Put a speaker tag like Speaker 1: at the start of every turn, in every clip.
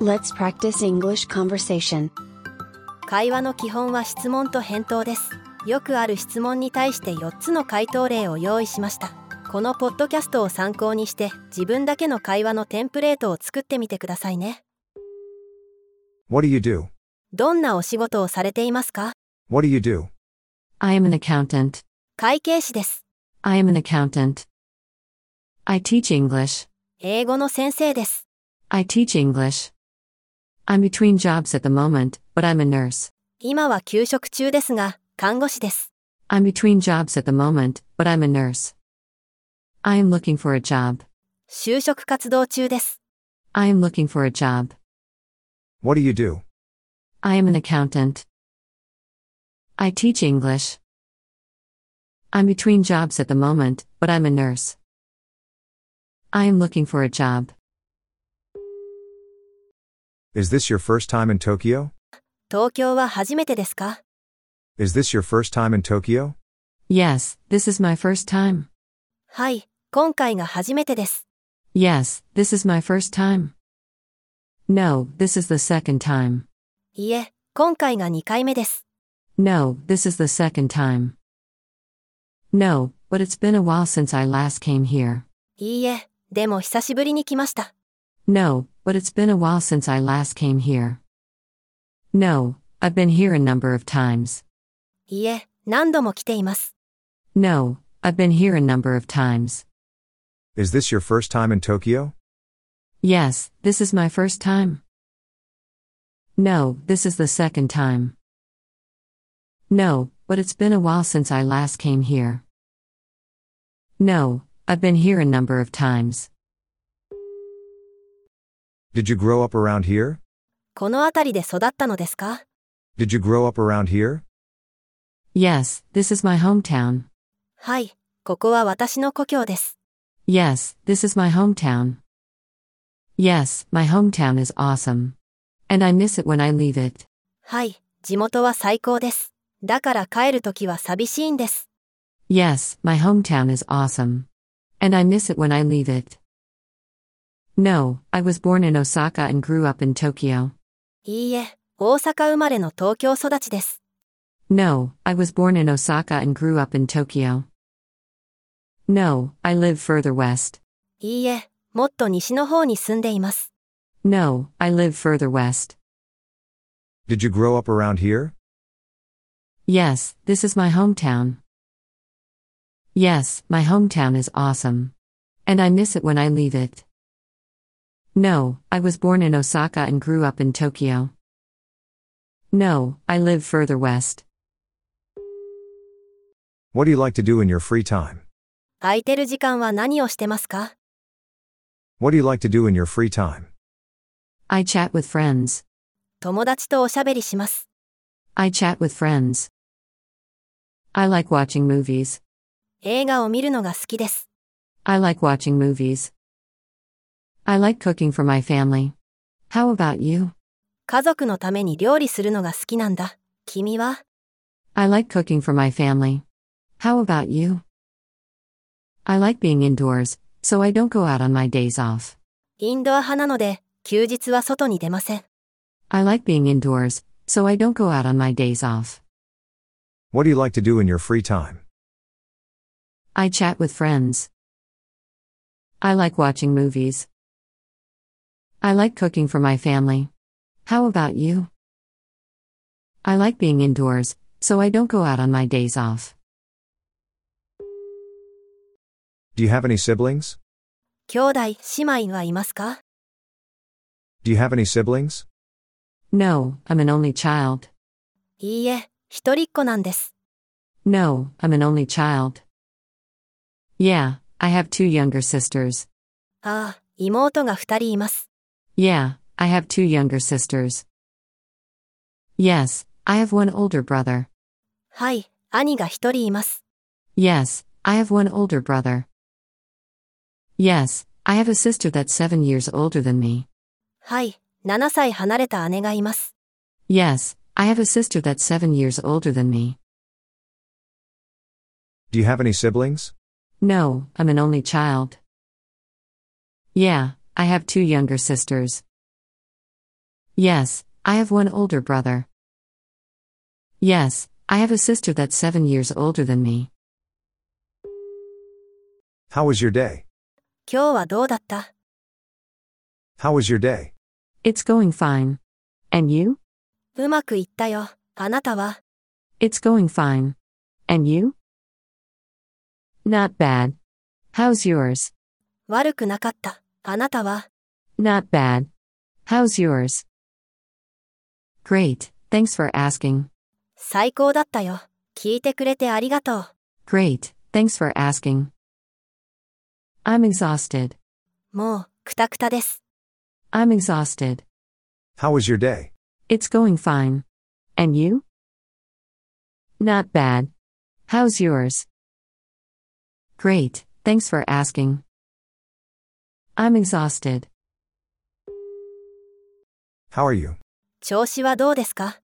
Speaker 1: Let's practice English conversation.
Speaker 2: 会話の基本は質問と返答ですよくある質問に対して4つの回答例を用意しましたこのポッドキャストを参考にして自分だけの会話のテンプレートを作ってみてくださいね
Speaker 3: What do you do?
Speaker 2: どんなお仕事をされていますか
Speaker 3: What do you do?
Speaker 4: I am an accountant.
Speaker 2: 会計士です
Speaker 4: I am an accountant. I teach English.
Speaker 2: 英語の先生です
Speaker 4: I teach English. I'm between jobs at the moment, but I'm a nurse.
Speaker 2: 今は休職中ですが看護師です
Speaker 4: I'm between jobs at the moment, but I'm a nurse. I am looking for a job.
Speaker 2: 就職活動中です
Speaker 4: I am looking for a job.
Speaker 3: What do you do?
Speaker 4: I am an accountant. I teach English. I'm between jobs at the moment, but I'm a nurse. I am looking for a job.
Speaker 3: Is this your first time in Tokyo?
Speaker 2: 東京は初めてですか
Speaker 3: Is this your first time in Tokyo?
Speaker 4: Yes, this is my first time.
Speaker 2: はい今回が初めてです
Speaker 4: Yes, this is my first time. No, this is the second time.
Speaker 2: いえ今回が2回目です
Speaker 4: No, this is the second time. No, but it's been a while since I last came here.
Speaker 2: いいえでも久しぶりに来ました
Speaker 4: No, but it's been a while since I last came here. No, I've been here a number of times.
Speaker 2: いいえ何度も来ています
Speaker 4: No, I've been here a number of times.
Speaker 3: Is this your first time in Tokyo?
Speaker 4: Yes, this is my first time. No, this is the second time. No, but it's been a while since I last came here. No, I've been here a number of times.
Speaker 3: Did you grow up around here?
Speaker 2: この辺りで育ったのですか
Speaker 3: Did you grow up around here?
Speaker 4: Yes, this is my hometown.
Speaker 2: はい、ここは私の故郷です。
Speaker 4: Yes, this is my hometown. Yes, my hometown is awesome. And I miss it when I leave it.
Speaker 2: はい、地元は最高です。だから帰るときは寂しいんです。
Speaker 4: Yes, my hometown is awesome. And I miss it when I leave it. No, I was born in Osaka and grew up in Tokyo.
Speaker 2: いいえ、大阪生まれの東京育ちです。
Speaker 4: No, I was born in Osaka and grew up in Tokyo. No, I live further west.
Speaker 2: いいえ、もっと西の方に住んでいます。
Speaker 4: No, I live further west.
Speaker 3: Did you grow up around here?
Speaker 4: Yes, this is my hometown. Yes, my hometown is awesome. And I miss it when I leave it. No, I was born in Osaka and grew up in Tokyo. No, I live further west.
Speaker 3: What do you like to do in your free time?
Speaker 2: 空いてる時間は何をしてますか
Speaker 3: What do you like to do in your free time?
Speaker 4: I chat with friends.
Speaker 2: 友達とおしゃべりします。
Speaker 4: I chat with friends. I like watching movies.
Speaker 2: 映画を見るのが好きです。
Speaker 4: I like watching movies. I like cooking for my family. How about you?
Speaker 2: 家族のために料理するのが好きなんだ。君は
Speaker 4: I like cooking for my family. How about you? I like being indoors, so I don't go out on my days off.
Speaker 2: インドア派なので、休日は外に出ません。
Speaker 4: I like being indoors, so I don't go out on my days off.
Speaker 3: What do you like to do in your free time?
Speaker 4: I chat with friends. I like watching movies. I like cooking for my family. How about you? I like being indoors, so I don't go out on my days off.
Speaker 3: Do you have any siblings?
Speaker 2: 兄弟、姉妹はいますか
Speaker 3: Do you have any siblings?
Speaker 4: No, I'm an only child.
Speaker 2: いいえ、一人っ子なんです。
Speaker 4: No, I'm an only child. Yeah, I have two younger sisters.
Speaker 2: ああ、妹が二人います。
Speaker 4: Yeah, I have two younger sisters. Yes, I have one older brother.
Speaker 2: はい、兄が一人います。
Speaker 4: Yes, I have one older brother. Yes, I have a sister that's seven years older than me.
Speaker 2: はい、7歳離れた姉がいます。
Speaker 4: Yes, I have a sister that's seven years older than me.
Speaker 3: Do you have any siblings?
Speaker 4: No, I'm an only child. Yeah, I have two younger sisters. Yes, I have one older brother. Yes, I have a sister that's seven years older than me.
Speaker 3: How was your day?
Speaker 2: 今日はどうだった
Speaker 3: How was your day?
Speaker 4: It's going fine. And you?
Speaker 2: うまくいったよ。あなたは
Speaker 4: It's going fine. And you? Not bad. How's yours?
Speaker 2: 悪くなかった。あなたは
Speaker 4: Not bad. How's yours? Great, thanks for asking.
Speaker 2: 最高だったよ。聞いてくれてありがとう。
Speaker 4: Great, thanks for asking. I'm exhausted.
Speaker 2: もう、くたくたです。
Speaker 4: I'm exhausted.
Speaker 3: How was your day?
Speaker 4: It's going fine. And you? Not bad. How's yours? Great, thanks for asking. I'm exhausted.
Speaker 3: How are you?
Speaker 2: 調子はどうですか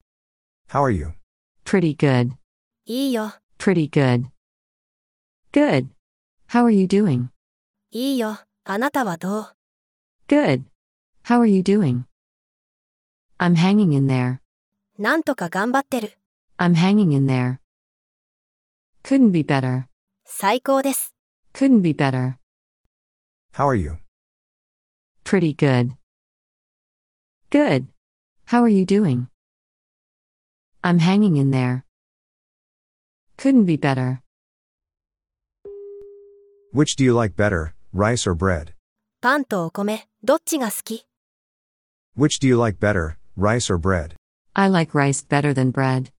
Speaker 3: How are you?
Speaker 4: Pretty good.
Speaker 2: いいよ、
Speaker 4: Pretty good. Good. How are you doing?
Speaker 2: いいよ。あなたはどう
Speaker 4: Good. How are you doing? I'm hanging in there.
Speaker 2: なんとか頑張ってる。
Speaker 4: I'm hanging in there. Couldn't be better.
Speaker 2: 最高です。
Speaker 4: Couldn't be better.
Speaker 3: How are you?
Speaker 4: Pretty good. Good. How are you doing? I'm hanging in there. Couldn't be better.
Speaker 3: Which do you like better, rice or bread?
Speaker 2: パンとお米、どっちが好き
Speaker 3: Which do you like better, rice or bread?
Speaker 4: I like rice better than bread.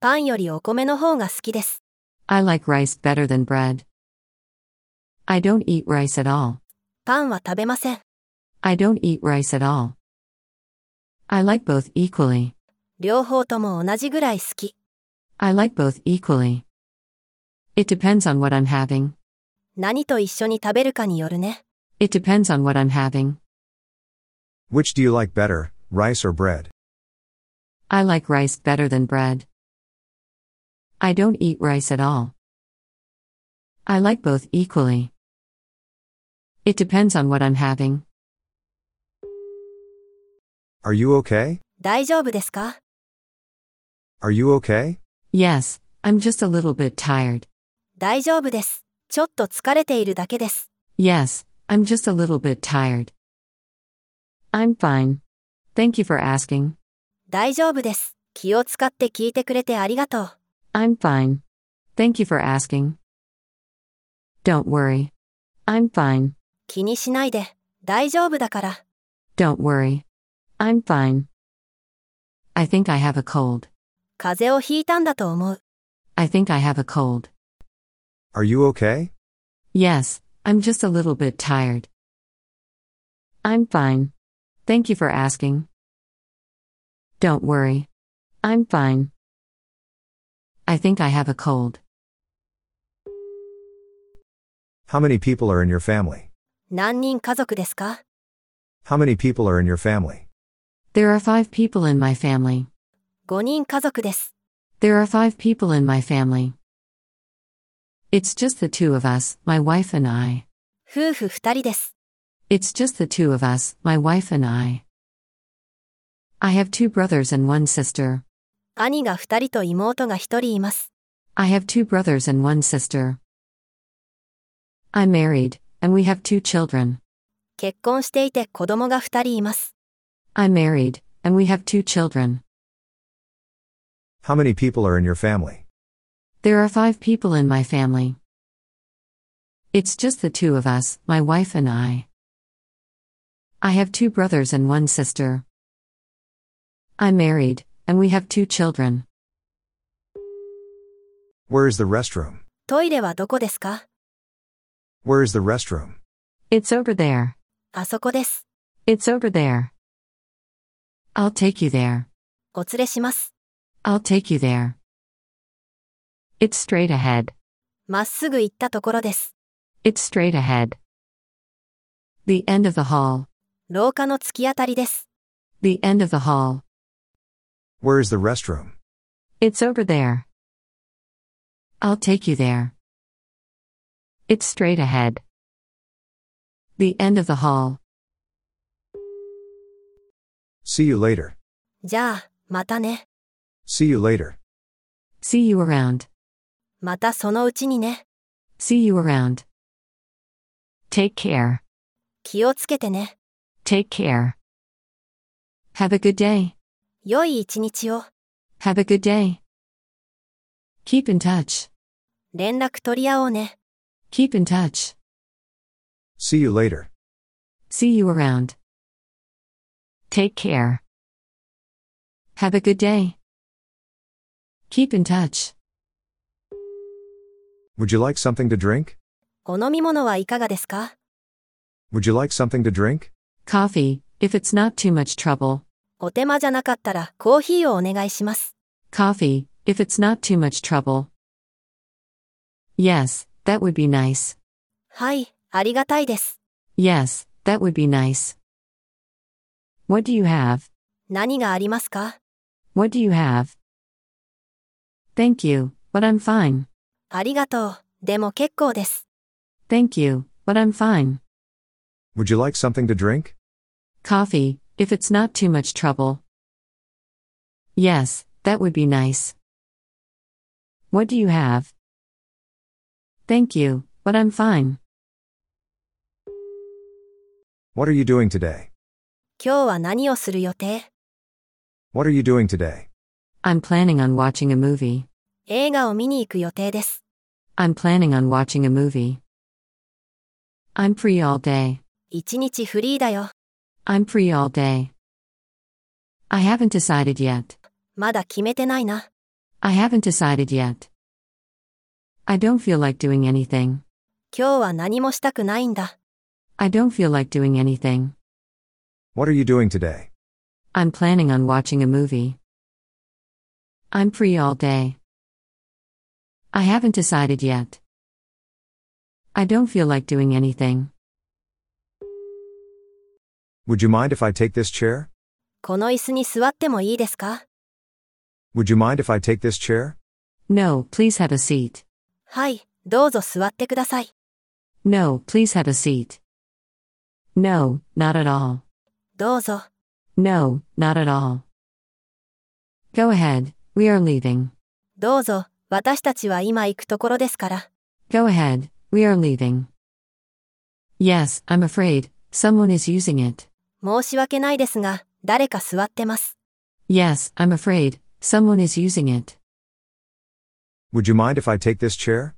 Speaker 2: パンよりお米の方が好きです。
Speaker 4: I like rice better than bread. I don't eat rice at all.
Speaker 2: パンは食べません。
Speaker 4: I don't eat rice at all. I like both equally.
Speaker 2: 両方とも同じぐらい好き。
Speaker 4: I like both equally. It depends on what I'm having.
Speaker 2: 何と一緒に食べるかによるね。
Speaker 4: It depends on what I'm having.
Speaker 3: Which do you like better, rice or bread?
Speaker 4: I like rice better than bread. I don't eat rice at all. I like both equally. It depends on what I'm having.
Speaker 3: Are you okay?
Speaker 2: 大丈夫ですか
Speaker 3: Are you okay?
Speaker 4: Yes, I'm just a little bit tired.
Speaker 2: 大丈夫です。ちょっと疲れているだけです。
Speaker 4: Yes, I'm just a little bit tired. I'm fine. Thank you for asking.
Speaker 2: 大丈夫です。気を使って聞いてくれてありがとう。
Speaker 4: I'm fine. Thank you for asking. Don't worry. I'm fine.
Speaker 2: 気にしないで。大丈夫だから。
Speaker 4: Don't worry. I'm fine. I think I have a cold.
Speaker 2: 風邪をひいたんだと思う。
Speaker 4: I think I have a cold.
Speaker 3: Are you okay?
Speaker 4: Yes, I'm just a little bit tired. I'm fine. Thank you for asking. Don't worry. I'm fine. I think I have a cold.
Speaker 3: How many people are in your family?
Speaker 2: 何人家族ですか
Speaker 3: How many people are in your family?
Speaker 4: There are five people in my family.
Speaker 2: 5人家族です。
Speaker 4: There are five people in my family. It's just the two of us, my wife and I.
Speaker 2: 夫婦2人です。
Speaker 4: It's just the two of us, my wife and I. I have two brothers and one sister.
Speaker 2: 兄が2人と妹が1人います。
Speaker 4: I have two brothers and one sister. I'm married, and we have two children.
Speaker 2: 結婚していて子供が2人います。
Speaker 4: I'm married, and we have two children.
Speaker 3: How many people are in your family?
Speaker 4: There are five people in my family. It's just the two of us, my wife and I. I have two brothers and one sister. I'm married, and we have two children.
Speaker 3: Where is the restroom?
Speaker 2: トイレはどこですか
Speaker 3: Where is the restroom?
Speaker 4: It's over there.
Speaker 2: あそこです。
Speaker 4: It's over there. I'll take you there.
Speaker 2: お連れします。
Speaker 4: I'll take you there. It's straight ahead.
Speaker 2: まっすぐ行ったところです。
Speaker 4: It's straight ahead. The end of the hall.
Speaker 2: 廊下の突き当たりです。
Speaker 4: The end of the hall.
Speaker 3: Where is the restroom?
Speaker 4: It's over there. I'll take you there. It's straight ahead. The end of the hall.
Speaker 3: See you later.
Speaker 2: じゃあ、またね。
Speaker 3: See you later.
Speaker 4: See you around.
Speaker 2: またそのうちにね。
Speaker 4: See you around. Take care.
Speaker 2: 気をつけてね。
Speaker 4: Take care. Have a good day.
Speaker 2: 良い一日を。
Speaker 4: Have a good day. Keep in touch.
Speaker 2: 連絡取り合おうね。
Speaker 4: Keep in touch.
Speaker 3: See you later.
Speaker 4: See you around. Take care. Have a good day. Keep in touch.
Speaker 3: Would you like something to drink?
Speaker 2: お飲み物はいかがですか
Speaker 3: Would you like something to drink?
Speaker 4: Coffee, if it's not too much trouble.
Speaker 2: お手間じゃなかったらコーヒーをお願いします。
Speaker 4: Coffee, if it's not too much trouble. Yes, that would be nice.
Speaker 2: はい、ありがたいです。
Speaker 4: Yes, that would be nice. What do you have?
Speaker 2: 何がありますか
Speaker 4: What do you have? Thank you, but I'm fine.
Speaker 2: ありがとう。でも結構です。
Speaker 4: Thank you, but I'm fine.
Speaker 3: Would you like something to drink?
Speaker 4: Coffee, if it's not too much trouble. Yes, that would be nice. What do you have? Thank you, but I'm fine.
Speaker 3: What are you doing today?
Speaker 2: 今日は何をする予定
Speaker 3: What are you doing today?
Speaker 4: I'm planning on watching a movie.
Speaker 2: 映画を見に行く予定です。
Speaker 4: I'm planning on watching a movie. I'm free all day.
Speaker 2: 一日フリーだよ。
Speaker 4: I'm free all day. I haven't decided yet.
Speaker 2: まだ決めてないな。
Speaker 4: I haven't decided yet. I don't feel like doing anything.
Speaker 2: 今日は何もしたくないんだ。
Speaker 4: I don't feel like doing anything.
Speaker 3: What are you doing today?
Speaker 4: I'm planning on watching a movie. I'm free all day. I haven't decided yet. I don't feel like doing anything.
Speaker 3: Would you mind if I take this chair?
Speaker 2: この椅子に座ってもいいですか
Speaker 3: Would you mind if I take this chair?
Speaker 4: No, please have a seat.
Speaker 2: はい、どうぞ座ってください。
Speaker 4: No, please have a seat. No, not at all.
Speaker 2: どうぞ。
Speaker 4: No, not at all. Go ahead, we are leaving.
Speaker 2: どうぞ。私たちは今行くところですから。
Speaker 4: Go ahead, we are leaving. Yes, I'm afraid, someone is using it.
Speaker 2: 申し訳ないですが、誰か座ってます。
Speaker 4: Yes, I'm afraid, someone is using it.
Speaker 3: Would you mind if I take this chair?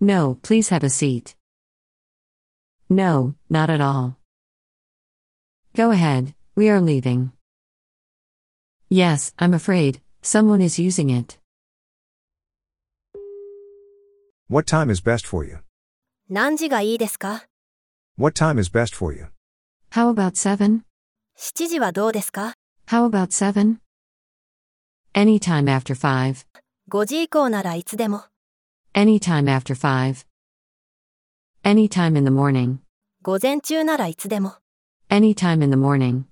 Speaker 4: No, please have a seat. No, not at all. Go ahead, we are leaving. Yes, I'm afraid, someone is using it.
Speaker 3: What time is best for you?
Speaker 2: 何時がいいですか
Speaker 3: What time is best for you?
Speaker 4: How about seven?
Speaker 2: 7時はどうですか
Speaker 4: How about seven? Any time after five.
Speaker 2: ?5 時以降ならいつでも。
Speaker 4: Any time after five. Any time in the morning.
Speaker 2: 午前中ならいつでも。
Speaker 4: Any time in the morning.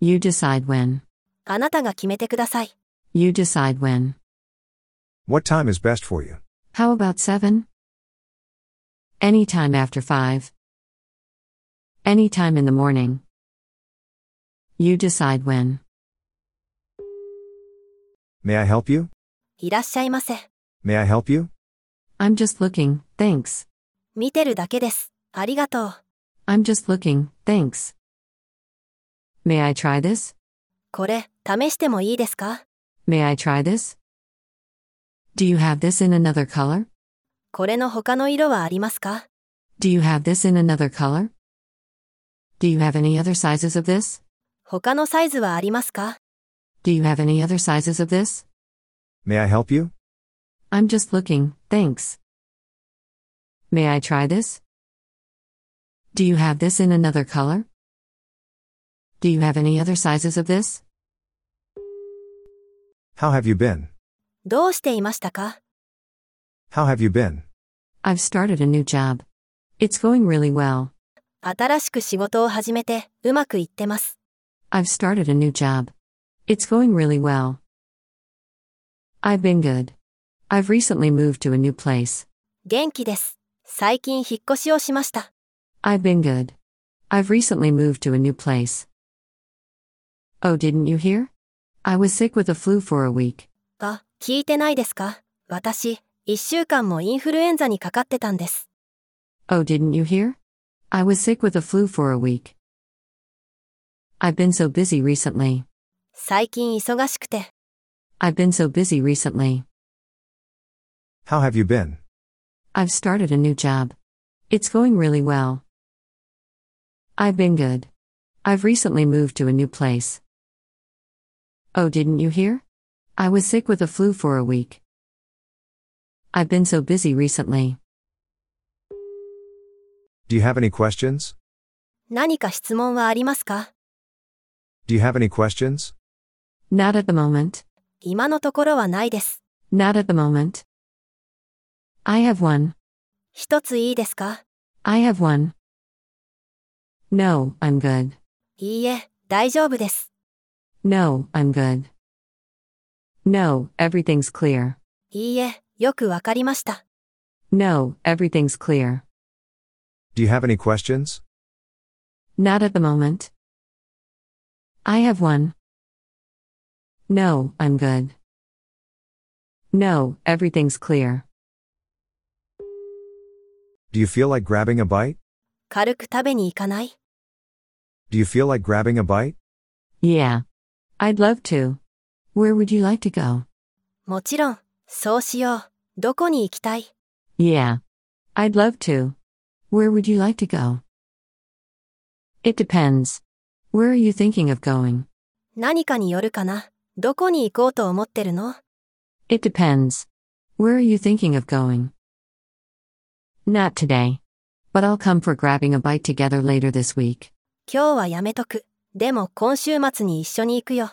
Speaker 4: You decide when.
Speaker 2: あなたが決めてください。
Speaker 4: You decide when.
Speaker 3: What time is best for you?
Speaker 4: How about seven? Any time after five. Any time in the morning. You decide when.
Speaker 3: May I help you?
Speaker 2: いらっしゃいませ。
Speaker 3: May I help you?
Speaker 4: I'm just looking, thanks.
Speaker 2: 見てるだけです。ありがとう。
Speaker 4: I'm just looking, thanks. May I try this?
Speaker 2: これ、試してもいいですか
Speaker 4: May I try this? Do you have this in another color?
Speaker 2: これの他の色はありますか
Speaker 4: Do you have this in another color? Do you have any other sizes of this?
Speaker 2: 他のサイズはありますか
Speaker 4: Do you have any other sizes of this?
Speaker 3: May I help you?
Speaker 4: I'm just looking, thanks. May I try this? Do you have this in another color? Do you have any other sizes of this?
Speaker 3: How have you been?
Speaker 2: どうしていましたか
Speaker 3: How have you been?
Speaker 4: I've started a new job. It's going really well.
Speaker 2: 新しく仕事を始めて、うまくいってます。
Speaker 4: I've started a new job. It's going really well. I've been good. I've recently moved to a new place.
Speaker 2: 元気です。最近引っ越しをしました。
Speaker 4: I've been good. I've recently moved to a new place. Oh, didn't you hear? I was sick with the flu for a week.
Speaker 2: あ、聞いてないですか私、一週間もインフルエンザにかかってたんです。
Speaker 4: Oh, didn't you hear? I was sick with the flu for a week. I've been so busy recently.
Speaker 2: 最近忙しくて。
Speaker 4: I've been so busy recently.
Speaker 3: How have you been?
Speaker 4: I've started a new job. It's going really well. I've been good. I've recently moved to a new place. Oh, didn't you hear? I was sick with the flu for a week. I've been so busy recently.
Speaker 3: Do you have any questions?
Speaker 2: 何か質問はありますか
Speaker 3: Do you have any questions?
Speaker 4: Not at the moment.
Speaker 2: 今のところはないです。
Speaker 4: Not at the moment. I have one.
Speaker 2: 一ついいですか
Speaker 4: I have one. No, I'm good.
Speaker 2: いいえ、大丈夫です。
Speaker 4: No, I'm good. No, everything's clear.
Speaker 2: いいえ、よくわかりました。
Speaker 4: No, everything's clear.
Speaker 3: Do you have any questions?
Speaker 4: Not at the moment. I have one. No, I'm good. No, everything's clear.
Speaker 3: Do you feel like grabbing a bite?
Speaker 2: 軽く食べに行かない
Speaker 3: Do you feel like grabbing a bite?
Speaker 4: Yeah. I'd love to. Where would you like to go?
Speaker 2: もちろん、そうしよう。どこに行きたい
Speaker 4: Yeah. I'd love to. Where would you like to go? It depends. Where are you thinking of going?
Speaker 2: 何かによるかなどこに行こうと思ってるの
Speaker 4: It depends. Where are you thinking of going? Not today. But I'll come for grabbing a bite together later this week.
Speaker 2: 今日はやめとく。でも今週末に一緒に行くよ。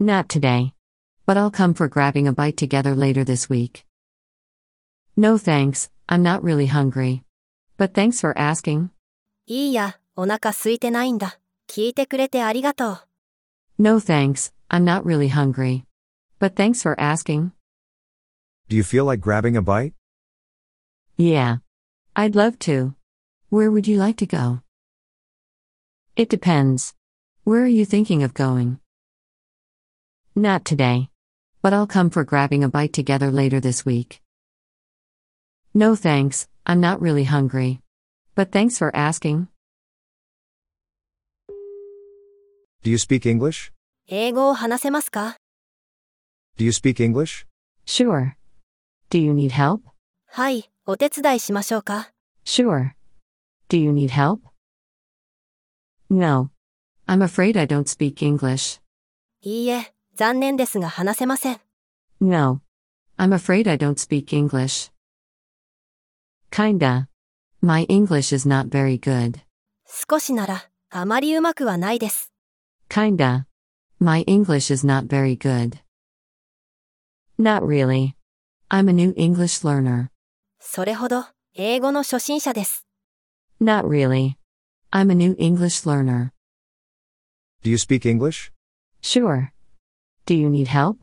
Speaker 4: Not today. But I'll come for grabbing a bite together later this week. No thanks, I'm not really hungry. But thanks for asking.
Speaker 2: いいや、お腹空いてないんだ。聞いてくれてありがとう。
Speaker 4: No thanks, I'm not really hungry. But thanks for asking.
Speaker 3: Do you feel like grabbing a bite?
Speaker 4: Yeah. I'd love to. Where would you like to go? It depends. Where are you thinking of going? Not today. But I'll come for grabbing a bite together later this week. No thanks, I'm not really hungry. But thanks for asking.
Speaker 3: Do you speak English?
Speaker 2: 英語を話せますか
Speaker 3: Do you speak English?
Speaker 4: Sure. Do you need help?
Speaker 2: はい、お手伝いしましょうか。
Speaker 4: Sure. Do you need help? No. I'm afraid I don't speak English.
Speaker 2: いいえ、残念ですが話せません。
Speaker 4: No. I'm afraid I don't speak English. Kinda. My English is not very good.
Speaker 2: 少しなら、あまりうまくはないです。
Speaker 4: Kinda. My English is not very good. Not really. I'm a new English learner.
Speaker 2: それほど、英語の初心者です。
Speaker 4: Not really. I'm a new English learner.
Speaker 3: Do you speak English?
Speaker 4: Sure. Do you need help?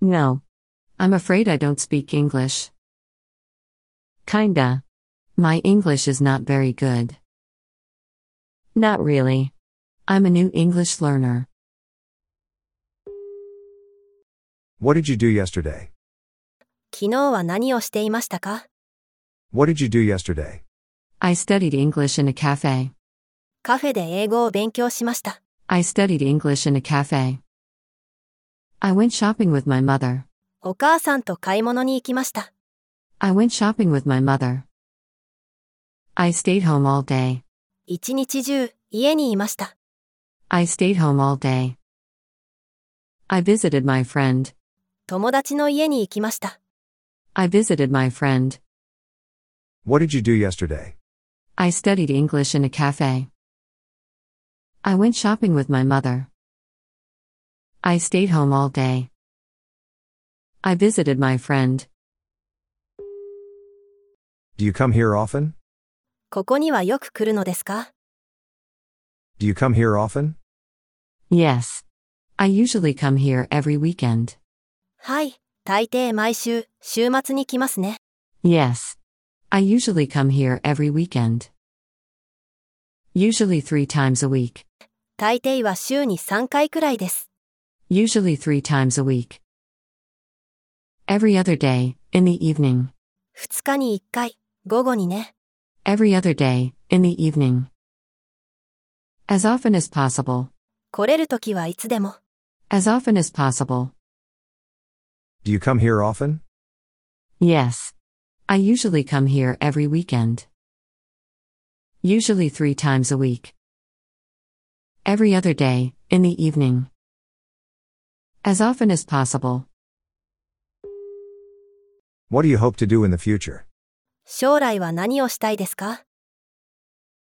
Speaker 4: No. I'm afraid I don't speak English. Kinda. My English is not very good. Not really. I'm a new English learner.
Speaker 3: What did you do yesterday?
Speaker 2: 昨日は何をしていましたか
Speaker 3: What did you do yesterday?
Speaker 4: I studied English in a cafe.
Speaker 2: カフェで英語を勉強しました。
Speaker 4: I studied English in a cafe. I went shopping with my mother.
Speaker 2: お母さんと買い物に行きました。
Speaker 4: I went shopping with my mother. I stayed home all day.
Speaker 2: 一日中、家にいました。
Speaker 4: I stayed home all day. I visited my friend.
Speaker 2: 友達の家に行きました。
Speaker 4: I visited my friend.
Speaker 3: What did you do yesterday?
Speaker 4: I studied English in a cafe. I went shopping with my mother. I stayed home all day. I visited my friend.
Speaker 3: Do you come here often?
Speaker 2: ここにはよく来るのですか
Speaker 3: Do you come here often?
Speaker 4: Yes. I usually come here every weekend.
Speaker 2: はい、大抵毎週、週末に来ますね。
Speaker 4: Yes. I usually come here every weekend. Usually three times a week.
Speaker 2: 大抵は週に3回くらいです。
Speaker 4: usually three times a week. Every other day, in the evening.
Speaker 2: 2日に1回、午後にね。
Speaker 4: Every other day, in the evening. As often as possible.
Speaker 2: 来れる時はいつでも。
Speaker 4: As often as possible.
Speaker 3: Do you come here often?
Speaker 4: Yes. I usually come here every weekend. Usually three times a week. Every other day, in the evening. As often as possible.
Speaker 3: What do you hope to do in the future?
Speaker 2: 将来は何をしたいですか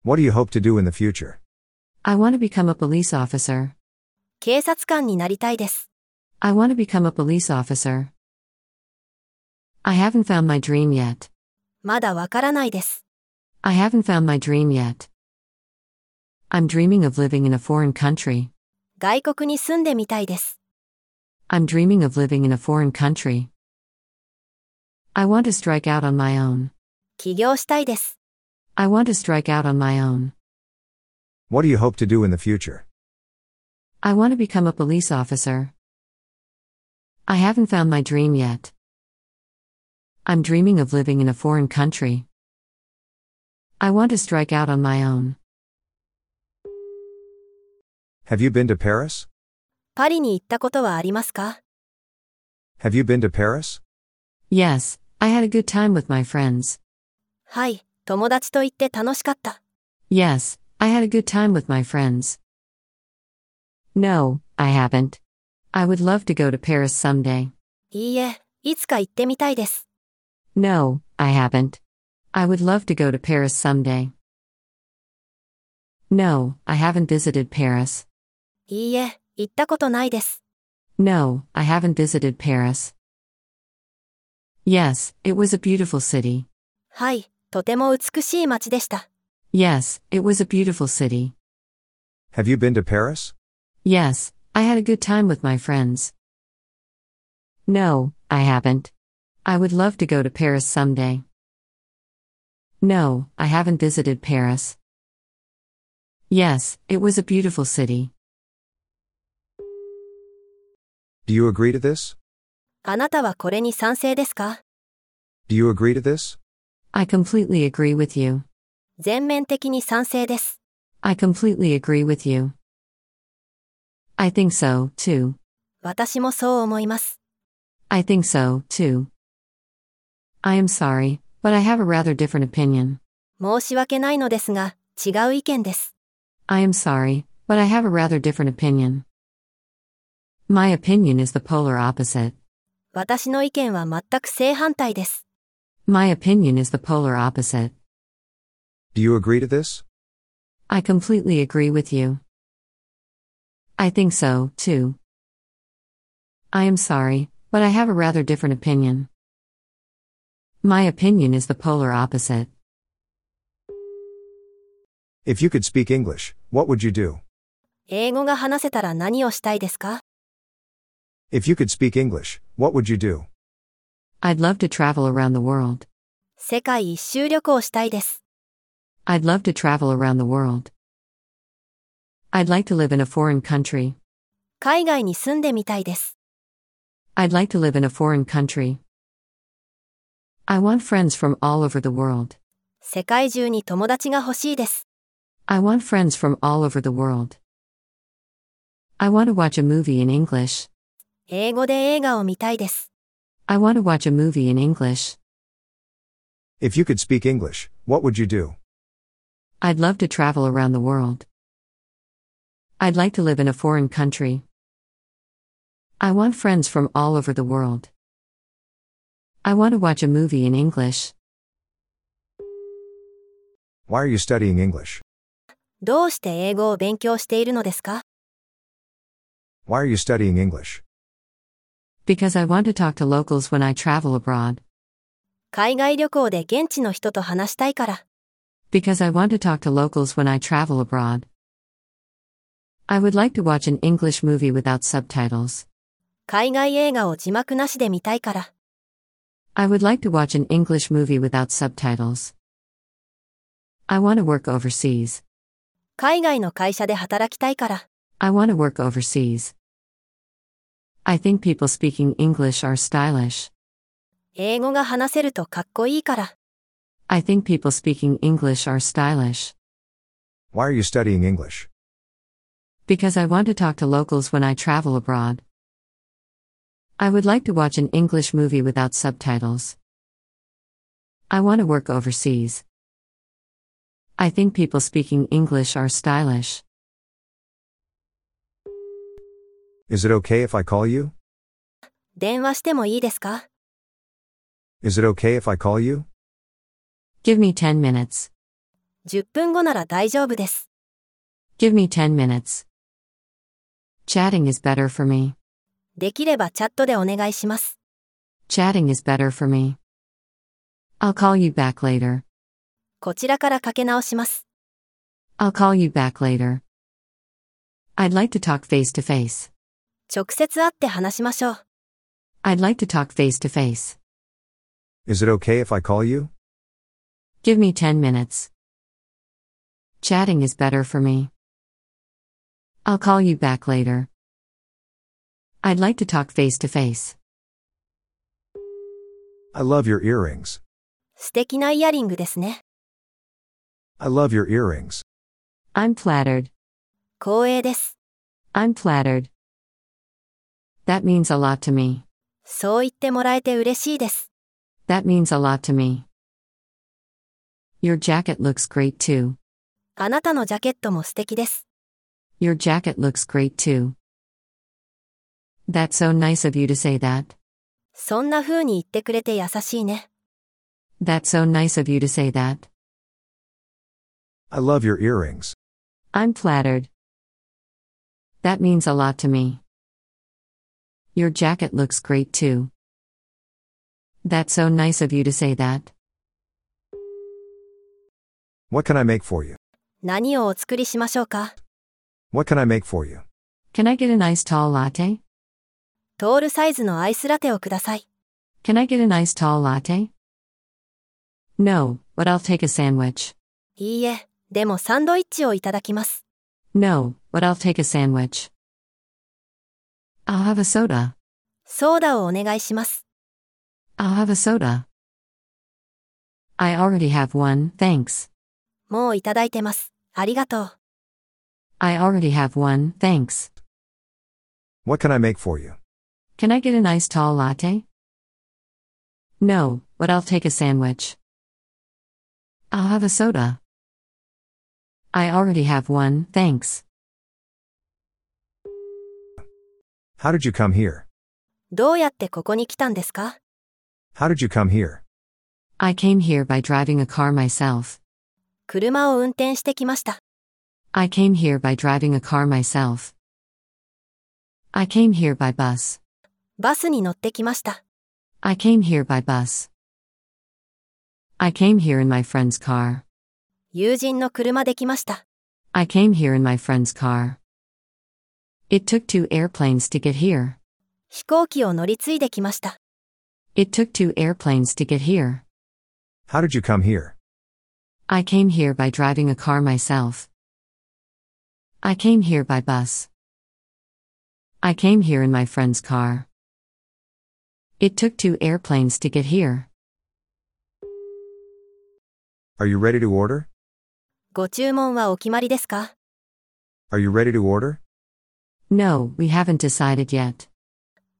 Speaker 3: What do you hope to do in the future?
Speaker 4: I want to become a police officer.
Speaker 2: 警察官になりたいです。
Speaker 4: I want to become a police officer. I haven't found my dream yet.
Speaker 2: まだわからないです。
Speaker 4: I haven't found my dream yet. I'm dreaming of living in a foreign country.
Speaker 2: 外国に住んでみたいです。
Speaker 4: I'm dreaming of living in a foreign country. I want to strike out on my own.
Speaker 2: 起業したいです。
Speaker 4: I want to strike out on my own.
Speaker 3: What do you hope to do in the future?
Speaker 4: I want to become a police officer. I haven't found my dream yet. I'm dreaming of living in a foreign country. I want to strike out on my own.
Speaker 3: Have you been to Paris?
Speaker 2: パリに行ったことはありますか
Speaker 3: Have you been to Paris?
Speaker 4: Yes, I had a good time with my friends.
Speaker 2: はい、友達と行って楽しかった。
Speaker 4: Yes, I had a good time with my friends. No, I haven't. I would love to go to Paris someday.
Speaker 2: いいえ、いつか行ってみたいです。
Speaker 4: No, I haven't. I would love to go to Paris someday. No, I haven't visited Paris.
Speaker 2: いいえ、行ったことないです。
Speaker 4: No, I haven't visited Paris. Yes, it was a beautiful city.
Speaker 2: はい、とても美しい街でした。
Speaker 4: Yes, it was a beautiful city.
Speaker 3: Have you been to Paris?
Speaker 4: Yes, I had a good time with my friends. No, I haven't. I would love to go to Paris someday. No, I haven't visited Paris. Yes, it was a beautiful city.
Speaker 3: Do you agree to this?
Speaker 2: あなたはこれに賛成ですか
Speaker 3: Do you agree to this?
Speaker 4: I completely agree with you.
Speaker 2: 全面的に賛成です。
Speaker 4: I completely agree with you. I think so, too.
Speaker 2: 私もそう思います。
Speaker 4: I think so, too. I am sorry, but I have a rather different opinion.
Speaker 2: 申し訳ないのですが、違う意見です。
Speaker 4: I am sorry, but I have a rather different opinion. My opinion is the polar opposite.
Speaker 2: 私の意見は全く正反対です。
Speaker 4: My opinion is the polar opposite.
Speaker 3: Do you agree to this?
Speaker 4: I completely agree with you. I think so, too. I am sorry, but I have a rather different opinion. My opinion is the polar opposite.
Speaker 3: If you could speak English, what would you do?
Speaker 2: 英語が話せたら何をしたいですか
Speaker 3: If you could speak English, what would you do?
Speaker 4: I'd love to travel around the world.
Speaker 2: 世界一周旅行したいです。
Speaker 4: I'd love to travel around the world. I'd like to live in a foreign country.
Speaker 2: 海外に住んでみたいです。
Speaker 4: I'd like to live in a foreign country. I want friends from all over the world.
Speaker 2: 世界中に友達が欲しいです。
Speaker 4: I want friends from all over the world. I want to watch a movie in English.
Speaker 2: 英語で映画を見たいです。
Speaker 4: I want to watch a movie in English.
Speaker 3: If you could speak English, what would you do?
Speaker 4: I'd love to travel around the world. I'd like to live in a foreign country. I want friends from all over the world. I want to watch a movie in English.
Speaker 3: Why are you studying English?
Speaker 2: どうして英語を勉強しているのですか
Speaker 3: Why are you studying English?
Speaker 4: Because I want to talk to locals when I travel abroad.
Speaker 2: 海外旅行で現地の人と話したいから。
Speaker 4: Because I want to talk to locals when I travel abroad. I would like to watch an English movie without subtitles.
Speaker 2: 海外映画を字幕なしで見たいから。
Speaker 4: I would like to watch an English movie without subtitles. I want to work overseas.
Speaker 2: 海外の会社で働きたいから。
Speaker 4: I want to work overseas. I think people speaking English are stylish.
Speaker 2: 英語が話せるとかっこいいから。
Speaker 4: I think people speaking English are stylish.
Speaker 3: Why are you studying English?
Speaker 4: Because I want to talk to locals when I travel abroad. I would like to watch an English movie without subtitles. I want to work overseas. I think people speaking English are stylish.
Speaker 3: Is it okay if I call you?
Speaker 2: 電話してもいいですか
Speaker 3: Is it okay if I call you?
Speaker 4: Give me 10 minutes.
Speaker 2: ?10 分後なら大丈夫です。
Speaker 4: Give me 10 minutes. Chatting is better for me.
Speaker 2: できればチャットでお願いします。
Speaker 4: Chatting is better for me. I'll call you back later.
Speaker 2: こちらからかけ直します。
Speaker 4: I'll call you back later. I'd like to talk face to face.
Speaker 2: 直接会って話しましょう。
Speaker 4: I'd like to talk face to face.
Speaker 3: Is it okay if I call you?
Speaker 4: Give me 10 minutes. Chatting is better for me. I'll call you back later. I'd like to talk face to face.
Speaker 3: I love your earrings.
Speaker 2: 素敵なイヤリングですね。
Speaker 3: I love your earrings.
Speaker 4: I'm flattered.
Speaker 2: 光栄です。
Speaker 4: I'm flattered. That means a lot to me.
Speaker 2: そう言ってもらえて嬉しいです。
Speaker 4: That means a lot to me. Your jacket looks great too.
Speaker 2: あなたのジャケットも素敵です。
Speaker 4: Your jacket looks great too. That's so nice of you to say that.
Speaker 2: そんな風に言ってくれて優しいね。
Speaker 4: That's so nice of you to say that.
Speaker 3: I love your earrings.
Speaker 4: I'm flattered. That means a lot to me. Your jacket looks great too. That's so nice of you to say that.
Speaker 3: What can I make for you?
Speaker 2: 何をお作りしましょうか
Speaker 3: What can I make for you?
Speaker 4: Can I get an iced tall latte?
Speaker 2: トールサイズのアイスラテをください。
Speaker 4: Can I get an iced tall latte? No, but I'll take a sandwich.
Speaker 2: いいえ、でもサンドイッチをいただきます。
Speaker 4: No, but I'll take a sandwich. I'll have a soda.
Speaker 2: ソーダをお願いします。
Speaker 4: I'll have a soda. I already have one, thanks.
Speaker 2: もういただいてます。ありがとう。
Speaker 4: I already have one, thanks.
Speaker 3: What can I make for you?
Speaker 4: Can I get an iced tall latte? No, but I'll take a sandwich. I'll have a soda. I already have one, thanks.
Speaker 3: How did you come here?
Speaker 2: どうやってここに来たんですか
Speaker 3: How did you come here?
Speaker 4: I came here by driving a car myself.
Speaker 2: 車を運転してきました。
Speaker 4: I came here by driving a car myself. I came here by bus.
Speaker 2: バスに乗ってきました。
Speaker 4: I came here by bus. I came here in my friend's car.
Speaker 2: 友人の車で来ました。
Speaker 4: I came here in my friend's car. It took two airplanes to get here.
Speaker 2: 飛行機を乗り継いできました。
Speaker 4: It took two airplanes to get here.
Speaker 3: How did you come here?
Speaker 4: I came here by driving a car myself. I came here by bus. I came here in my friend's car. It took two airplanes to get here.
Speaker 3: Are you ready to order?
Speaker 2: ご注文はお決まりですか
Speaker 3: Are you ready to order?
Speaker 4: No, we haven't decided yet.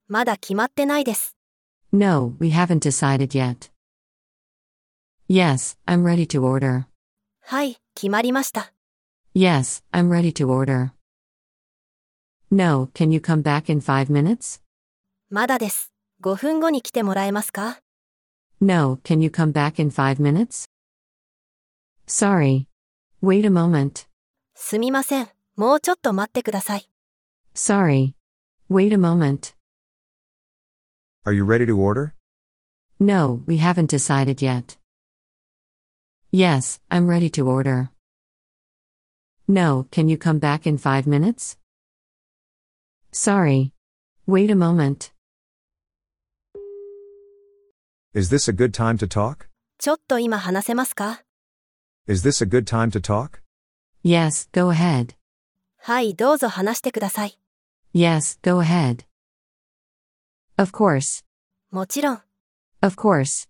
Speaker 2: まだ決まってないです。
Speaker 4: No, we haven't decided yet. Yes, I'm ready to order.
Speaker 2: はい、決まりました。
Speaker 4: Yes, I'm ready to order. No, can you come back in five minutes?
Speaker 2: まだです。5分後に来てもらえますか
Speaker 4: No, can you come back in five minutes? Sorry. Wait a moment.
Speaker 2: すみません。もうちょっと待ってください。
Speaker 4: Sorry. Wait a moment.
Speaker 3: Are you ready to order?
Speaker 4: No, we haven't decided yet. Yes, I'm ready to order. No, can you come back in five minutes? Sorry. Wait a moment.
Speaker 3: Is this a good time to talk?
Speaker 2: ちょっと今話せますか
Speaker 3: Is this a good time to talk?
Speaker 4: Yes, go ahead.
Speaker 2: はい、どうぞ話してください。
Speaker 4: Yes, go ahead. Of course.
Speaker 2: もちろん、
Speaker 4: Of course.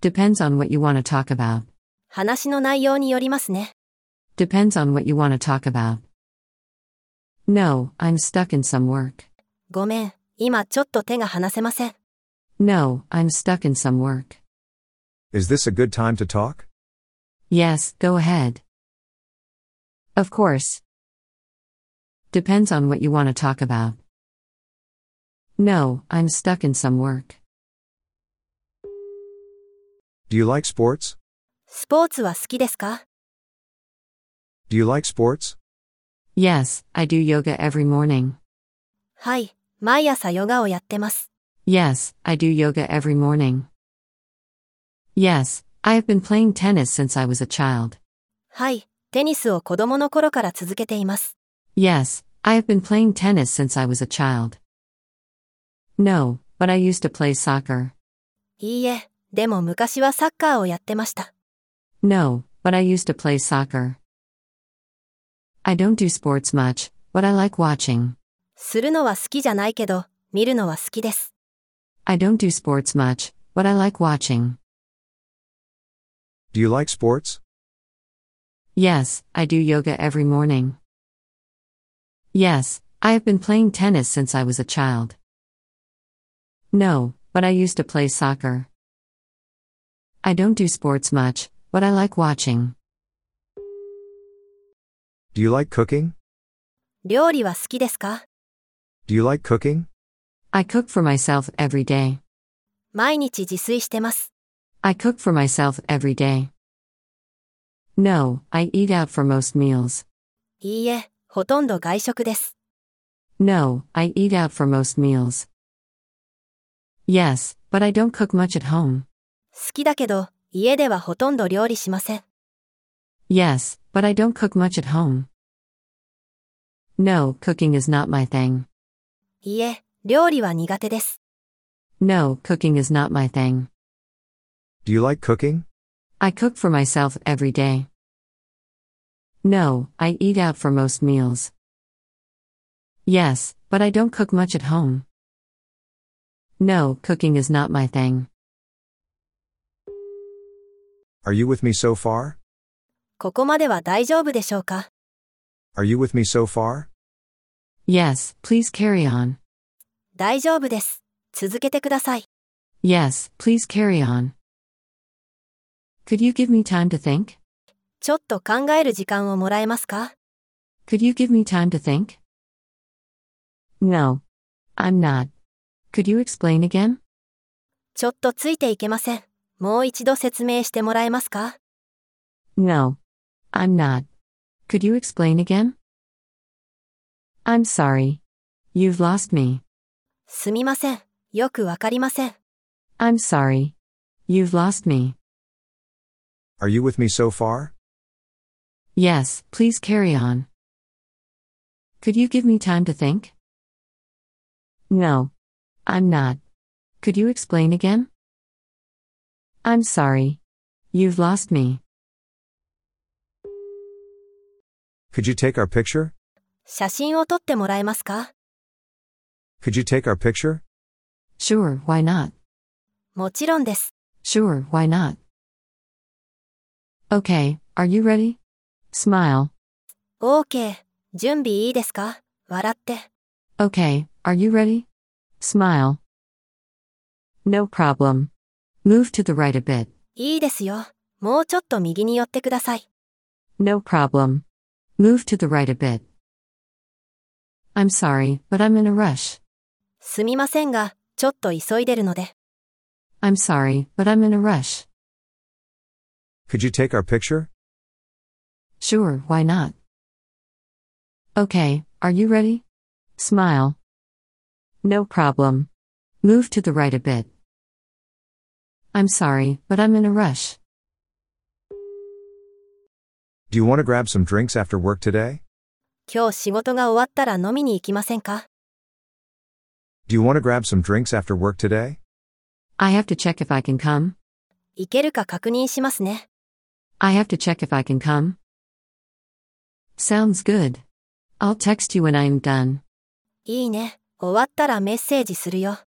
Speaker 4: Depends on what you want to talk about.
Speaker 2: 話の内容によりますね。
Speaker 4: Depends on what you want to talk about. No, I'm stuck in some work.
Speaker 2: ごめん、今ちょっと手が離せません。
Speaker 4: No, I'm stuck in some work.
Speaker 3: Is this a good time to talk?
Speaker 4: Yes, go ahead. Of course. Depends on what you want to talk about. No, I'm stuck in some work.
Speaker 3: Do you like sports?
Speaker 2: スポーツは好きですか
Speaker 3: Do you like sports?
Speaker 4: Yes, I do yoga every morning.
Speaker 2: はい、毎朝ヨガをやってます。
Speaker 4: Yes, I do yoga every morning. Yes, I have been playing tennis since I was a child.
Speaker 2: はい、テニスを子供の頃から続けています。
Speaker 4: Yes, I have been playing tennis since I was a child. No, but I used to play soccer.
Speaker 2: いいえ、でも昔はサッカーをやってました。
Speaker 4: No, but I used to play soccer. I don't do sports much, but I like watching.
Speaker 2: するのは好きじゃないけど、見るのは好きです。
Speaker 4: I don't do sports much, but I like watching.
Speaker 3: Do you like sports?
Speaker 4: Yes, I do yoga every morning. Yes, I have been playing tennis since I was a child. No, but I used to play soccer. I don't do sports much, but I like watching.
Speaker 3: Do you like cooking?
Speaker 2: 料理は好きですか
Speaker 3: Do you like cooking?
Speaker 4: I cook for myself every day.
Speaker 2: 毎日自炊してます。
Speaker 4: I cook for myself every day. No, I eat out for most meals.
Speaker 2: いいえ、ほとんど外食です。
Speaker 4: No, I eat out for most meals. Yes, but I don't cook much at home.
Speaker 2: 好きだけど、家ではほとんど料理しません。
Speaker 4: Yes, but I don't cook much at home. No, cooking is not my thing.
Speaker 2: いいえ、料理は苦手です。
Speaker 4: No, cooking is not my thing.
Speaker 3: Do you like cooking?
Speaker 4: I cook for myself every day. No, I eat out for most meals. Yes, but I don't cook much at home. No, cooking is not my thing.
Speaker 3: Are you with me so far?
Speaker 2: ここまでは大丈夫でしょうか
Speaker 3: Are you with me so far?
Speaker 4: Yes, please carry on.
Speaker 2: 大丈夫です。続けてください。
Speaker 4: Yes, please carry on. Could you give me time to think?
Speaker 2: ちょっと考える時間をもらえますか
Speaker 4: Could you give me time to think? No. I'm not. Could you explain again?
Speaker 2: ちょっとついていけません。もう一度説明してもらえますか
Speaker 4: No. I'm not. Could you explain again? I'm sorry. You've lost me.
Speaker 2: すみません。よくわかりません。
Speaker 4: I'm sorry. You've lost me.
Speaker 3: Are you with me so far?
Speaker 4: Yes, please carry on. Could you give me time to think? No. I'm not. Could you explain again? I'm sorry. You've lost me.
Speaker 3: Could you take our picture?
Speaker 2: 写真を撮ってもらえますか
Speaker 3: Could you take our picture?
Speaker 4: Sure, why not?
Speaker 2: もちろんです。
Speaker 4: Sure, why not? Okay, are you ready? Smile.
Speaker 2: OK。準備いいですか笑って。
Speaker 4: Okay, are you ready? Smile. No problem. Move to the right a bit.
Speaker 2: いいですよ。もうちょっと右に寄ってください。
Speaker 4: No problem. Move to the right a bit. I'm sorry, but I'm in a rush.
Speaker 2: すみませんが、ちょっと急いでるので。
Speaker 4: I'm sorry, but I'm in a rush.
Speaker 3: Could you take our picture?
Speaker 4: Sure, why not? Okay, are you ready? Smile. No problem. Move to the right a bit. I'm sorry, but I'm in a rush.
Speaker 3: Do you want to grab some drinks after work today?
Speaker 2: 今日仕事が終わったら飲みに行きませんか
Speaker 3: Do you want to grab some drinks after work today?
Speaker 4: I have to check if I can come.
Speaker 2: 行けるか確認しますね。
Speaker 4: I have to check if I can come. Sounds good. I'll text you when I'm done.
Speaker 2: いいね。終わったらメッセージするよ。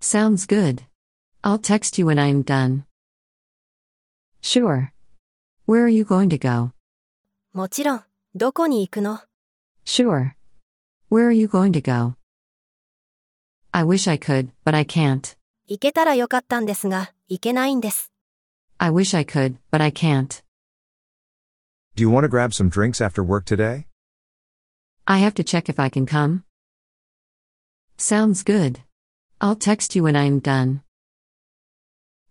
Speaker 4: Sounds good. I'll text you when I'm done. Sure. Where are you going to go?
Speaker 2: もちろん、どこに行くの
Speaker 4: Sure. Where are you going to go? I wish I could, but I can't.
Speaker 2: 行けたらよかったんですが、行けないんです。
Speaker 4: I wish I could, but I can't.
Speaker 3: Do you want to grab some drinks after work today?
Speaker 4: I have to check if I can come. Sounds good. I'll text you when I'm done.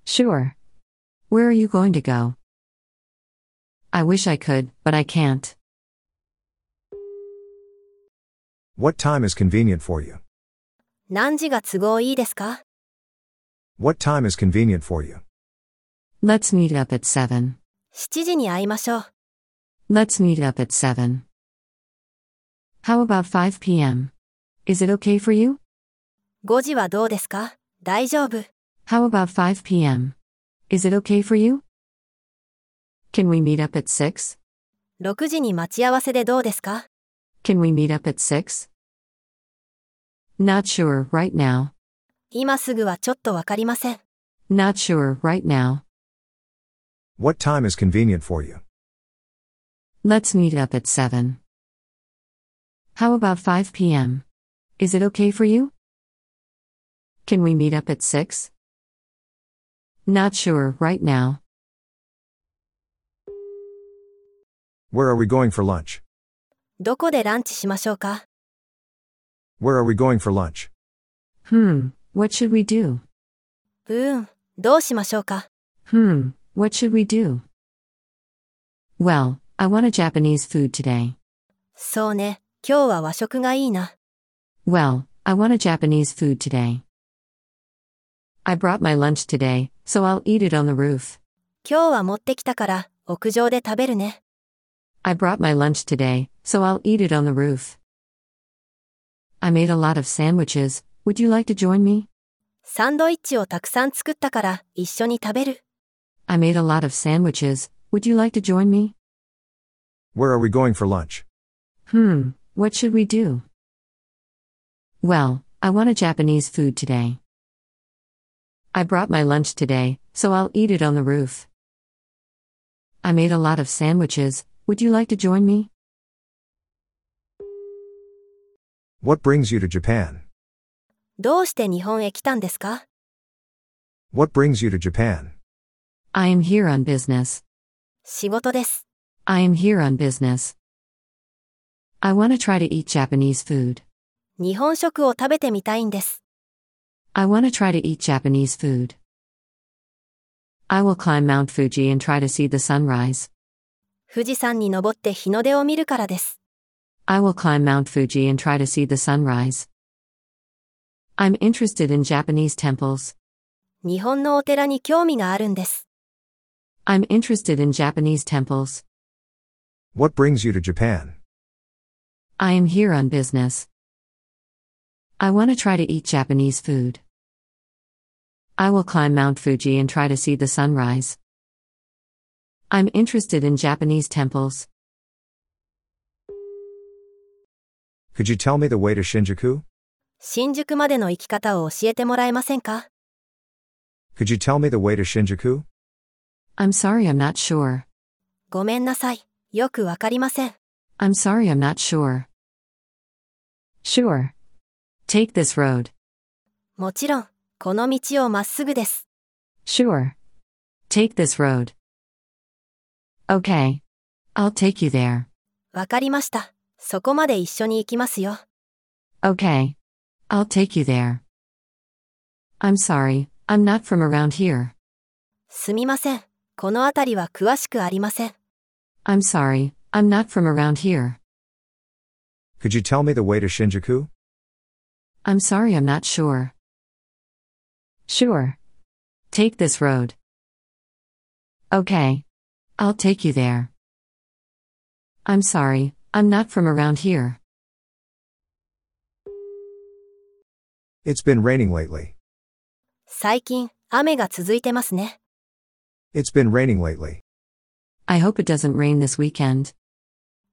Speaker 4: Sure. Where are you going to go? I wish I could, but I can't.
Speaker 3: What time is convenient for you?
Speaker 2: 何時が都合いいですか
Speaker 3: What time is convenient for you?
Speaker 4: Let's meet up at 7.
Speaker 2: 7時に会いましょう。
Speaker 4: Let's meet up at 7. How about 5 p.m.? Is it okay for you?
Speaker 2: 5時はどうですか大丈夫。
Speaker 4: How about 5 p.m.? Is it okay for you? Can we meet up at 6?
Speaker 2: 6時に待ち合わせでどうですか
Speaker 4: Can we meet up at 6? Not sure right now.
Speaker 2: 今すぐはちょっとわかりません。
Speaker 4: Not sure right now.
Speaker 3: What time is convenient for you?
Speaker 4: Let's meet up at 7. How about 5 p.m.? Is it okay for you? Can we meet up at 6? Not sure right now.
Speaker 3: Where are we going for lunch?
Speaker 2: どこでランチしましょうか
Speaker 3: Where are we going for lunch?
Speaker 4: Hmm, what should we do?
Speaker 2: うーん、どうしましょうか
Speaker 4: Hmm, what should we do? Well, I want a Japanese food today.
Speaker 2: そうね、今日は和食がいいな。
Speaker 4: Well, I want a Japanese food today. I brought my lunch today, so I'll eat it on the roof.
Speaker 2: 今日は持ってきたから、屋上で食べるね。
Speaker 4: I brought my lunch today, so I'll eat it on the roof. I made a lot of sandwiches. Would you like to join me?
Speaker 2: サンドイッチをたくさん作ったから、一緒に食べる。
Speaker 4: I made a lot of sandwiches. Would you like to join me?
Speaker 3: Where are we going for lunch?
Speaker 4: Hmm, what should we do? Well, I want a Japanese food today. I brought my lunch today, so I'll eat it on the roof. I made a lot of sandwiches. Would you like to join me?
Speaker 3: What brings you to Japan?
Speaker 2: どうして日本へ来たんですか
Speaker 3: What brings you to Japan?
Speaker 4: I am here on business.
Speaker 2: 仕事です。
Speaker 4: I am here on business. I want to try to eat Japanese food.
Speaker 2: 日本食を食べてみたいんです。
Speaker 4: I want to try to eat Japanese food. I will climb Mount Fuji and try to see the sunrise.
Speaker 2: 富士山に登って日の出を見るからです。
Speaker 4: I will climb Mount Fuji and try to see the sunrise. I'm interested in Japanese temples.
Speaker 2: 日本のお寺に興味があるんです。
Speaker 4: I'm interested in Japanese temples.
Speaker 3: What brings you to Japan?
Speaker 4: I am here on business. I want to try to eat Japanese food. I will climb Mount Fuji and try to see the sunrise. I'm interested in Japanese temples.
Speaker 3: Could you tell me the way to Shinjuku?
Speaker 2: 新宿までの行き方を教えてもらえませんか
Speaker 3: Could you tell me the way to Shinjuku?
Speaker 4: I'm sorry I'm not sure.
Speaker 2: ごめんなさい。よくわかりません。
Speaker 4: I'm sorry I'm not sure. Sure. Take this road.
Speaker 2: もちろん、この道をまっすぐです。
Speaker 4: Sure. Take this road. Okay. I'll take you there.
Speaker 2: わかりました。そこまで一緒に行きますよ。
Speaker 4: Okay. I'll take you there. I'm sorry, I'm not from around here.
Speaker 2: すみません。この辺りは詳しくありません。
Speaker 4: I'm sorry, I'm not from around here.
Speaker 3: Could you tell me the way to Shinjuku?
Speaker 4: I'm sorry, I'm not sure. Sure. Take this road. Okay. I'll take you there. I'm sorry, I'm not from around here.
Speaker 3: It's been raining lately.
Speaker 2: 最近、雨が続いてますね。
Speaker 3: It's been raining lately.
Speaker 4: I hope it doesn't rain this weekend.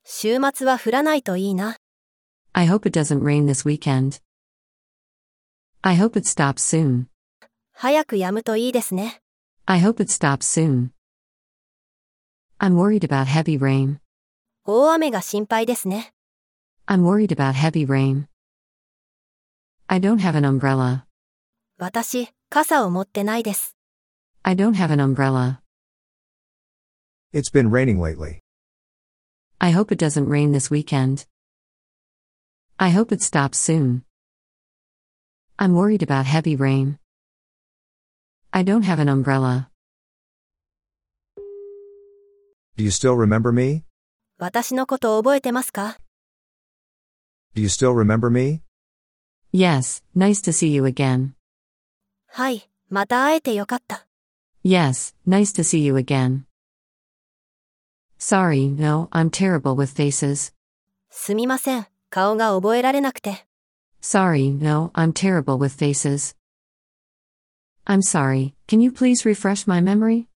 Speaker 2: 週末は降らないといいな。
Speaker 4: I hope it doesn't rain this weekend. I hope it stops soon.
Speaker 2: 早く止むといいですね。
Speaker 4: I hope it stops soon. I'm worried about heavy rain.
Speaker 2: 大雨が心配ですね。
Speaker 4: I'm worried about heavy rain. I don't have an umbrella.
Speaker 2: 私、傘を持ってないです。
Speaker 4: I don't have an umbrella.
Speaker 3: It's been raining lately.
Speaker 4: I hope it doesn't rain this weekend. I hope it stops soon. I'm worried about heavy rain. I don't have an umbrella.
Speaker 3: Do you still remember me?
Speaker 2: 私のこと覚えてますか
Speaker 3: Do you still remember me?
Speaker 4: Yes, nice to see you again.
Speaker 2: はい、また会えてよかった。
Speaker 4: Yes, nice to see you again. Sorry, no, I'm terrible with faces.
Speaker 2: すみません、顔が覚えられなくて。
Speaker 4: Sorry, no, I'm terrible with faces. I'm sorry, can you please refresh my memory?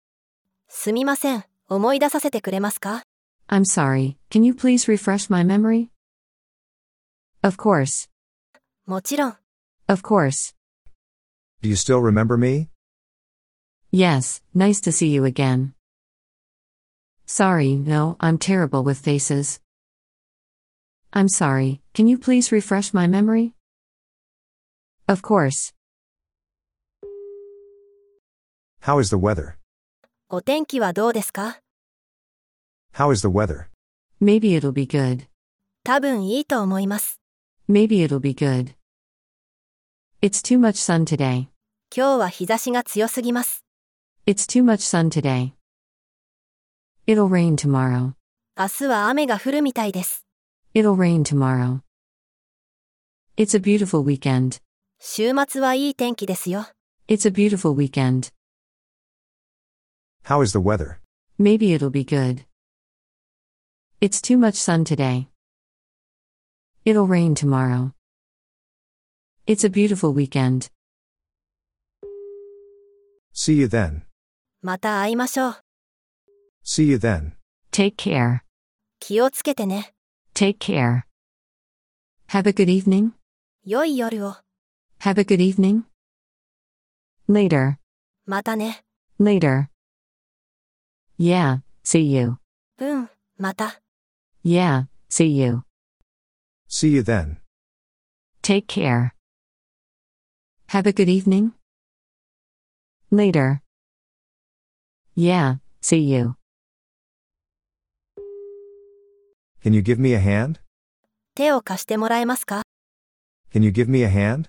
Speaker 2: すみません、思い出させてくれますか
Speaker 4: I'm sorry, can you please refresh my memory? Of course,
Speaker 2: もちろん、
Speaker 4: of course.
Speaker 3: Do you still remember me?
Speaker 4: Yes, nice to see you again. Sorry, no, I'm terrible with faces. I'm sorry, can you please refresh my memory? Of course.
Speaker 3: How is the weather?
Speaker 2: お天気はどうですか
Speaker 3: How is the weather?
Speaker 4: Maybe it'll be good.
Speaker 2: 多分いいと思います。
Speaker 4: Maybe it'll be good. It's too much sun today.
Speaker 2: 今日は日差しが強すぎます。
Speaker 4: It's too much sun today. It'll rain tomorrow.
Speaker 2: 明日は雨が降るみたいです。
Speaker 4: It'll rain tomorrow. It's a beautiful weekend.
Speaker 2: 週末はいい天気ですよ。
Speaker 4: It's a beautiful weekend.
Speaker 3: How is the weather?
Speaker 4: Maybe it'll be good. It's too much sun today. It'll rain tomorrow. It's a beautiful weekend.
Speaker 3: See you then.
Speaker 2: また会いましょう。
Speaker 3: See you then.
Speaker 4: Take care.
Speaker 2: 気をつけてね。
Speaker 4: Take care. Have a good evening.
Speaker 2: 良い夜を。
Speaker 4: Have a good evening. Later.
Speaker 2: またね。
Speaker 4: Later. Yeah, see you.
Speaker 2: うん、また。
Speaker 4: Yeah, see you.
Speaker 3: See you then.
Speaker 4: Take care. Have a good evening. Later. Yeah, see you.
Speaker 3: Can you give me a hand?
Speaker 2: 手を貸してもらえますか
Speaker 3: Can you give me a hand?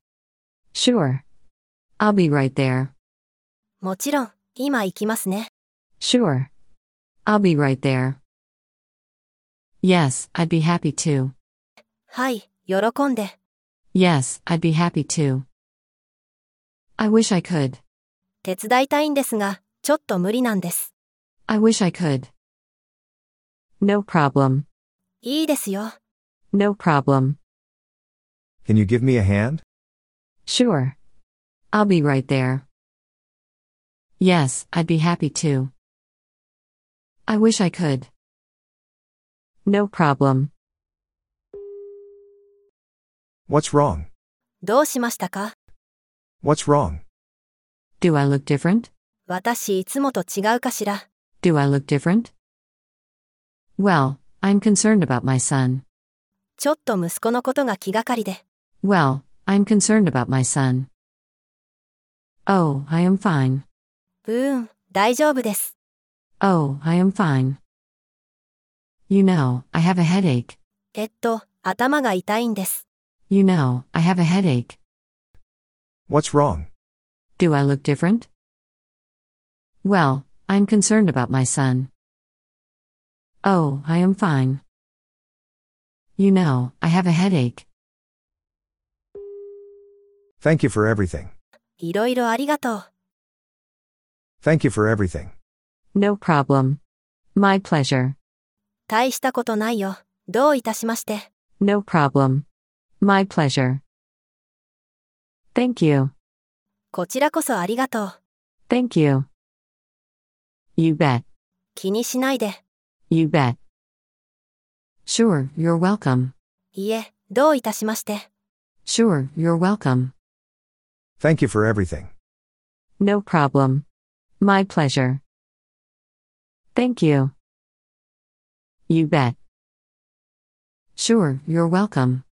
Speaker 4: Sure. I'll be right there.
Speaker 2: もちろん、今行きますね。
Speaker 4: Sure. I'll be right there. Yes, I'd be happy to.
Speaker 2: はい、喜んで。
Speaker 4: Yes, I'd be happy to. I wish I could.
Speaker 2: 手伝いたいんですが、ちょっと無理なんです。
Speaker 4: I wish I could. No problem.
Speaker 2: いいですよ。
Speaker 4: No problem.
Speaker 3: Can you give me a hand?
Speaker 4: Sure. I'll be right there. Yes, I'd be happy to. I wish I could. No problem.
Speaker 3: What's wrong?
Speaker 2: どうしましたか
Speaker 3: What's wrong?
Speaker 4: Do I look different?
Speaker 2: 私いつもと違うかしら。
Speaker 4: Do I look different? Well, I'm concerned about my son.
Speaker 2: ちょっと息子のことが気がかりで。
Speaker 4: Well, I'm concerned about my son. Oh, I am fine.
Speaker 2: うーん、大丈夫です。
Speaker 4: Oh, I am fine. You know, I have a headache.
Speaker 2: えっと、頭が痛いんです。
Speaker 4: You know, I have a headache.
Speaker 3: What's wrong?
Speaker 4: Do I look different? Well, I'm concerned about my son. Oh, I am fine. You know, I have a headache.
Speaker 3: Thank you for everything.
Speaker 2: いろいろありがとう。
Speaker 3: Thank you for everything.
Speaker 4: No problem. My pleasure.
Speaker 2: 大したことないよ。どういたしまして。
Speaker 4: No problem. My pleasure. Thank you.
Speaker 2: こちらこそありがとう。
Speaker 4: Thank you. You bet.
Speaker 2: 気にしないで。
Speaker 4: You bet. Sure, you're welcome.
Speaker 2: いえ、どういたしまして。
Speaker 4: Sure, you're welcome.
Speaker 3: Thank you for everything.
Speaker 4: No problem. My pleasure. Thank you. You bet. Sure, you're welcome.